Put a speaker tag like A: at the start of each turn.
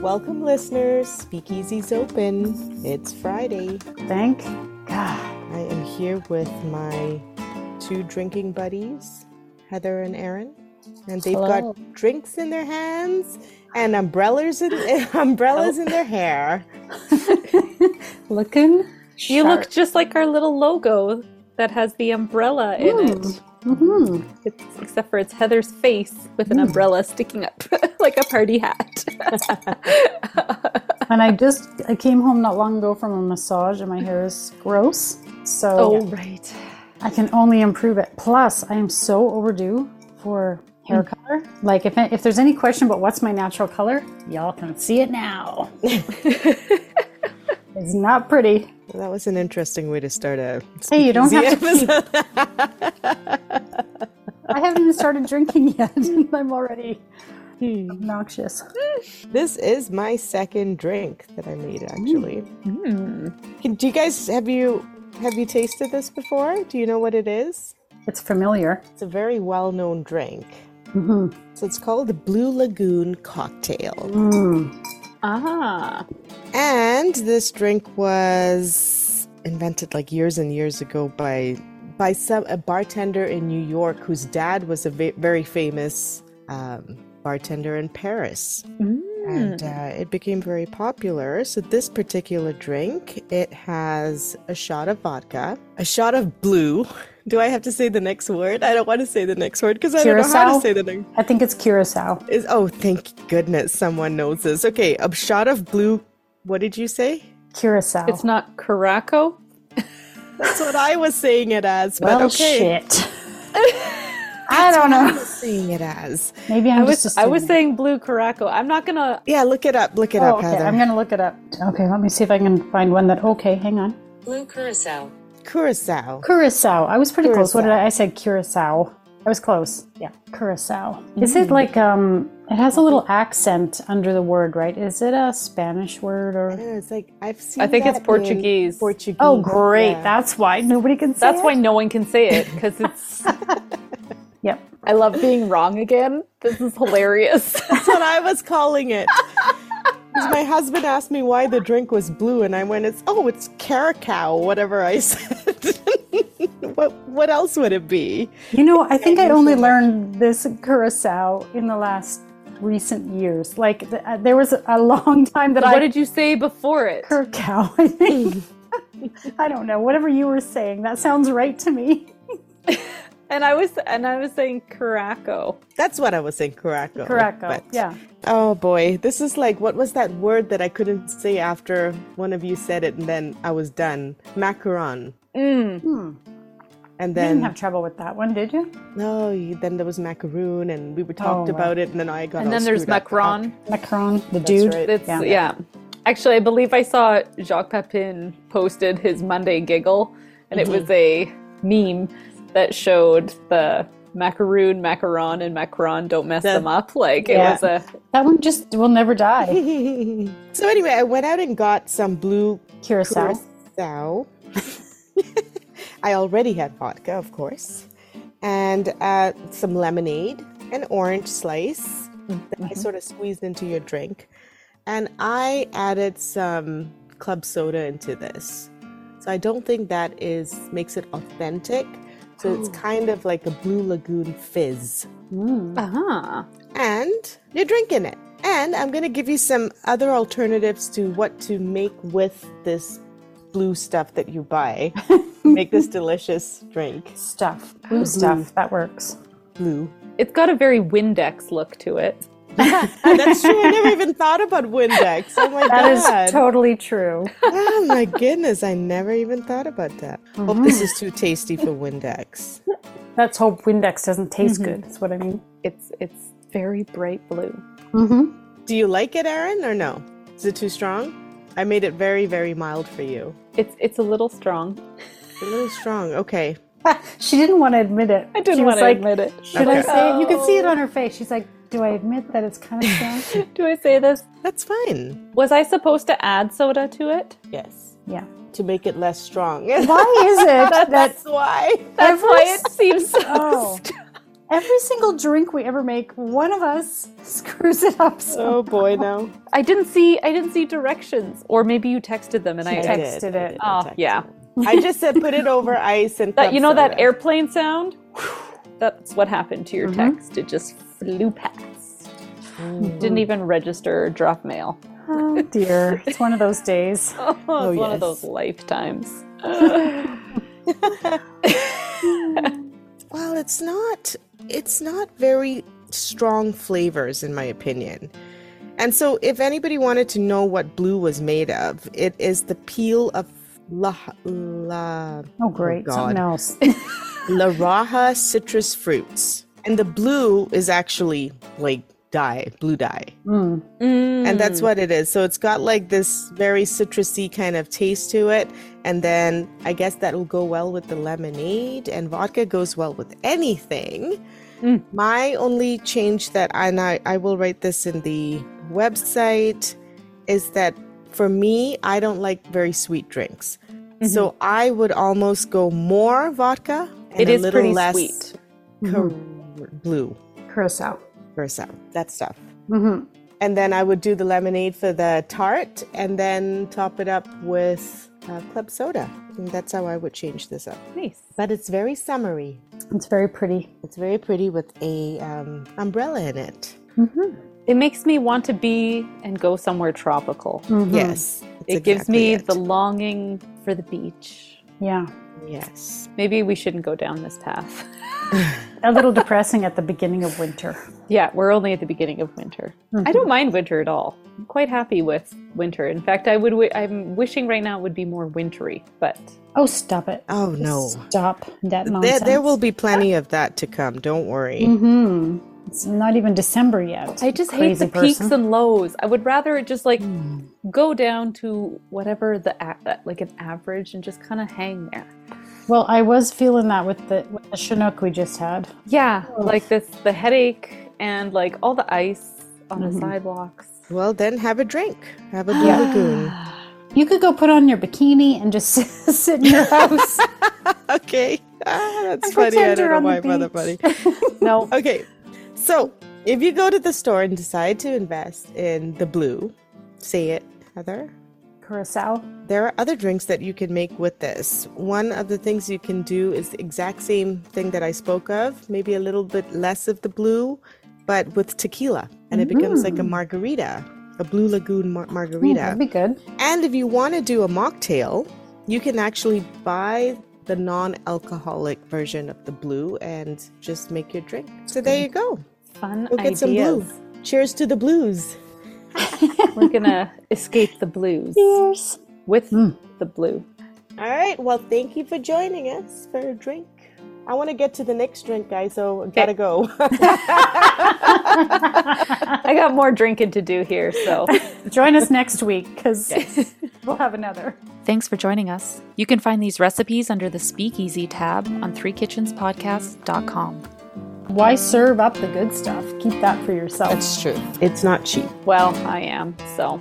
A: Welcome, listeners. Speakeasy's open. It's Friday.
B: Thank God.
A: I am here with my two drinking buddies, Heather and Aaron, and they've
B: Hello.
A: got drinks in their hands and umbrellas in umbrellas in their hair.
B: Looking.
C: You look just like our little logo that has the umbrella in it,
B: hmm
C: it's, except for it's Heather's face with an umbrella sticking up like a party hat.
B: And I just I came home not long ago from a massage, and my hair is gross. So
C: oh, right.
B: I can only improve it. Plus, I am so overdue for hair
C: Mm.
B: color. Like, if if there's any question about what's my natural color, y'all can see it now. it's not pretty.
A: That was an interesting way to start a.
B: Hey, you don't
A: speakeasy
B: have to
A: episode.
B: I haven't even started drinking yet. I'm already
C: Hmm.
B: obnoxious.
A: This is my second drink that I made actually.
B: Mm.
A: Can- Do you guys have you have you tasted this before? Do you know what it is?
B: It's familiar.
A: It's a very well-known drink.
B: hmm
A: So it's called the Blue Lagoon cocktail.
C: Ah,
A: And this drink was invented like years and years ago by by some a bartender in New York whose dad was a ve- very famous um, bartender in Paris. and uh, it became very popular. So this particular drink, it has a shot of vodka, a shot of blue. Do I have to say the next word? I don't want to say the next word because I don't know how to
B: Curacao?
A: say the next.
B: I think it's curacao.
A: Is oh, thank goodness someone knows this. Okay, a shot of blue. What did you say?
B: Curacao.
C: it's not Caraco.
A: That's what I was saying it as. But
B: well,
A: okay,
B: shit. I don't know.
A: saying it as.
B: Maybe I'm
C: I
B: just.
C: was I was
B: assuming.
C: saying blue Caraco. I'm not gonna.
A: Yeah, look it up. Look it
B: Oh,
A: up,
B: okay.
A: Heather.
B: I'm gonna look it up. Okay, let me see if I can find one that. Okay, hang on.
D: Blue Curacao.
A: Curacao.
B: Curacao. I was pretty close. What did
A: Curacao.
B: I? I said curacao. I was close. Yeah, curacao. Is it like um? It has a little accent under the word, right? Is it a Spanish word
A: I
B: or?
A: don't know, it's like I've seen.
C: I think it's
A: that in
C: Portuguese.
A: Portuguese.
B: Oh, great!
A: yeah.
B: That's why nobody can. Say
C: That's
B: it.
C: why no one can say it because it's.
B: Yep.
C: I love being wrong again. This is hilarious.
A: That's what I was calling it. 'Cause my husband asked me why the drink was blue, and I went, "It's oh, it's caracao, whatever I said. what what else would it be?
B: You know, I think I only learned this curacao in the last recent years. Like th- uh, there was a long time that I
C: what did you say before it?
B: curacao. I think. I don't know. Whatever you were saying, that sounds right to me.
C: And I was and I was saying Caraco.
A: That's what I was saying, caracao.
B: Curacao.
A: but-
B: Yeah.
A: Oh boy, this is like what was that word that I couldn't say after one of you said it, and then I was done. Macaron,
C: Mm.
A: and
B: You
A: then
B: Hmm. didn't have trouble with that one, did you?
A: no, you- then there was macaroon, and we were talked
B: Oh, wow.
A: about it, and then I got.
C: And
A: all
C: then there's
A: screwed up.
C: Macron.
B: Macron, the dude.
A: right.
C: That's
B: Yeah.
C: yeah. Actually, I believe I saw Jacques Pepin posted his Monday giggle, and it was a
B: Mm-hmm.
C: meme that showed the macaroon, macaron, and macaron don't mess them up. Like
B: Yeah.
C: it was a
B: That one just will never die.
A: so anyway, I went out and got some blue
B: Curacao.
A: Curacao. I already had vodka, of course, and uh, some lemonade, an orange slice that I sort of squeezed into your drink. And I added some club soda into this. So I don't think that is makes it authentic. So it's kind of like a Blue Lagoon fizz
C: uh-huh.
A: and you're drinking it. And I'm going to give you some other alternatives to what to make with this blue stuff that you buy. make this delicious drink.
B: Stuff. Blue stuff. That works.
A: Blue.
C: It's got a very Windex look to it.
A: Ah, That's true. I never even thought about Windex. Oh my
B: That is
A: god.
B: totally true.
A: oh my goodness. I never even thought about that. Hope this is too tasty for Windex.
B: Let's hope Windex doesn't taste good. That's what I mean.
C: It's it's very bright blue.
A: Do you like it, Erin, or no? Is it too strong? I made it very, very mild for you.
C: It's it's a little strong.
A: A little strong. Okay.
B: She didn't want to admit it.
C: I didn't
B: She was
C: want to
B: like,
C: admit it. Oh.
B: Should I say it? You can see it on her face. She's like, "Do I admit that it's kind of strong?"
C: Do I say this?
A: That's fine.
C: Was I supposed to add soda to it?
A: Yes.
B: yeah.
A: To make it less strong.
B: Why is it that
A: That's why.
C: That's
B: Ever
C: why it seems so
B: Oh. Every single drink we ever make, one of us screws it up. So
A: Oh boy, no.
C: I didn't see. I didn't see directions, or maybe you texted them and I.
B: I
C: text-
B: texted it.
C: Oh,
A: text
C: yeah.
A: it. I just said put it over ice and
C: That
A: club
C: you know that
A: soda.
C: airplane sound. That's what happened to your
A: Mm-hmm.
C: text. It just flew past. Didn't even register or drop mail.
B: oh dear, it's one of those days.
C: Oh, it's one
A: yes.
C: of those lifetimes.
A: Well, it's not it's not very strong flavors in my opinion. And so if anybody wanted to know what blue was made of, it is the peel of la la
B: Oh great,
A: God.
B: something else.
A: La Raja citrus fruits. And the blue is actually like dye, blue dye.
B: Mm.
A: And that's what it is. So it's got like this very citrusy kind of taste to it. And then I guess that will go well with the lemonade, and vodka goes well with anything.
C: Mm.
A: My only change that, and I, I will write this in the website, is that for me, I don't like very sweet drinks.
C: Mm-hmm.
A: So I would almost go more vodka and
C: It
A: a
C: is
A: little
C: pretty
A: less
C: sweet. Mm-hmm.
A: cor- blue
B: Curacao.
A: or something. That stuff.
B: Mm-hmm.
A: And then I would do the lemonade for the tart and then top it up with uh, club soda. And that's how I would change this up.
C: Nice.
A: But it's very summery.
B: It's very pretty.
A: It's very pretty with a um, umbrella in it.
C: It makes me want to be and go somewhere tropical.
A: Yes. Mm, that's
C: Mm-hmm. it gives me the
A: exactly it.
C: longing for the beach.
B: Yeah,
A: Yes.
C: Maybe we shouldn't go down this path.
B: a little depressing at the beginning of winter.
C: Yeah, we're only at the beginning of winter. I don't mind winter at all. I'm quite happy with winter. In fact, I would. W- I'm wishing right now it would be more wintry, but
B: Oh, stop it.
A: Oh, no.
B: Stop
A: There,
B: that nonsense.
A: there will be plenty of that to come. Don't worry.
C: Mm.
B: hmm It's not even December yet.
C: I just hate
B: Crazy
C: the
B: person.
C: peaks and lows. I would rather it just like go down to whatever the a- uh, like an average and just kind of hang there.
B: Well, I was feeling that with the with the Chinook we just had.
C: Yeah, like this the headache and like all the ice on the sidewalks.
A: Well, then have a drink. Have a blue lagoon.
B: You could go put on your bikini and just sit, sit in your house.
A: Okay. Ah, that's funny. I
B: pretend
A: don't
B: you're
A: know
B: on the
A: why I brought that
B: beach.
A: funny.
B: no.
A: Okay, so if you go to the store and decide to invest in the blue, say it, Heather.
B: Curacao.
A: There are other drinks that you can make with this. One of the things you can do is the exact same thing that I spoke of, maybe a little bit less of the blue, but with tequila. And it becomes like a margarita, a Blue Lagoon mar-
B: Mm,
A: margarita.
B: that'd be good.
A: And if you want to do a mocktail, you can actually buy the non alcoholic version of the blue and just make your drink. So there you go.
C: Fun
A: Go get
C: ideas.
A: some blue. Cheers to the blues.
C: We're gonna escape the blues
B: Cheers.
C: with the blue.
A: All right. Well, thank you for joining us for a drink. I want to get to the next drink, guys, so gotta go.
C: I got more drinking to do here, so.
B: Join us next week because we'll have another.
D: Thanks for joining us. You can find these recipes under the Speakeasy tab on threekitchenspodcast.com.
B: Why serve up the good stuff? Keep that for yourself.
A: it's not cheap.
C: Well, I am, so.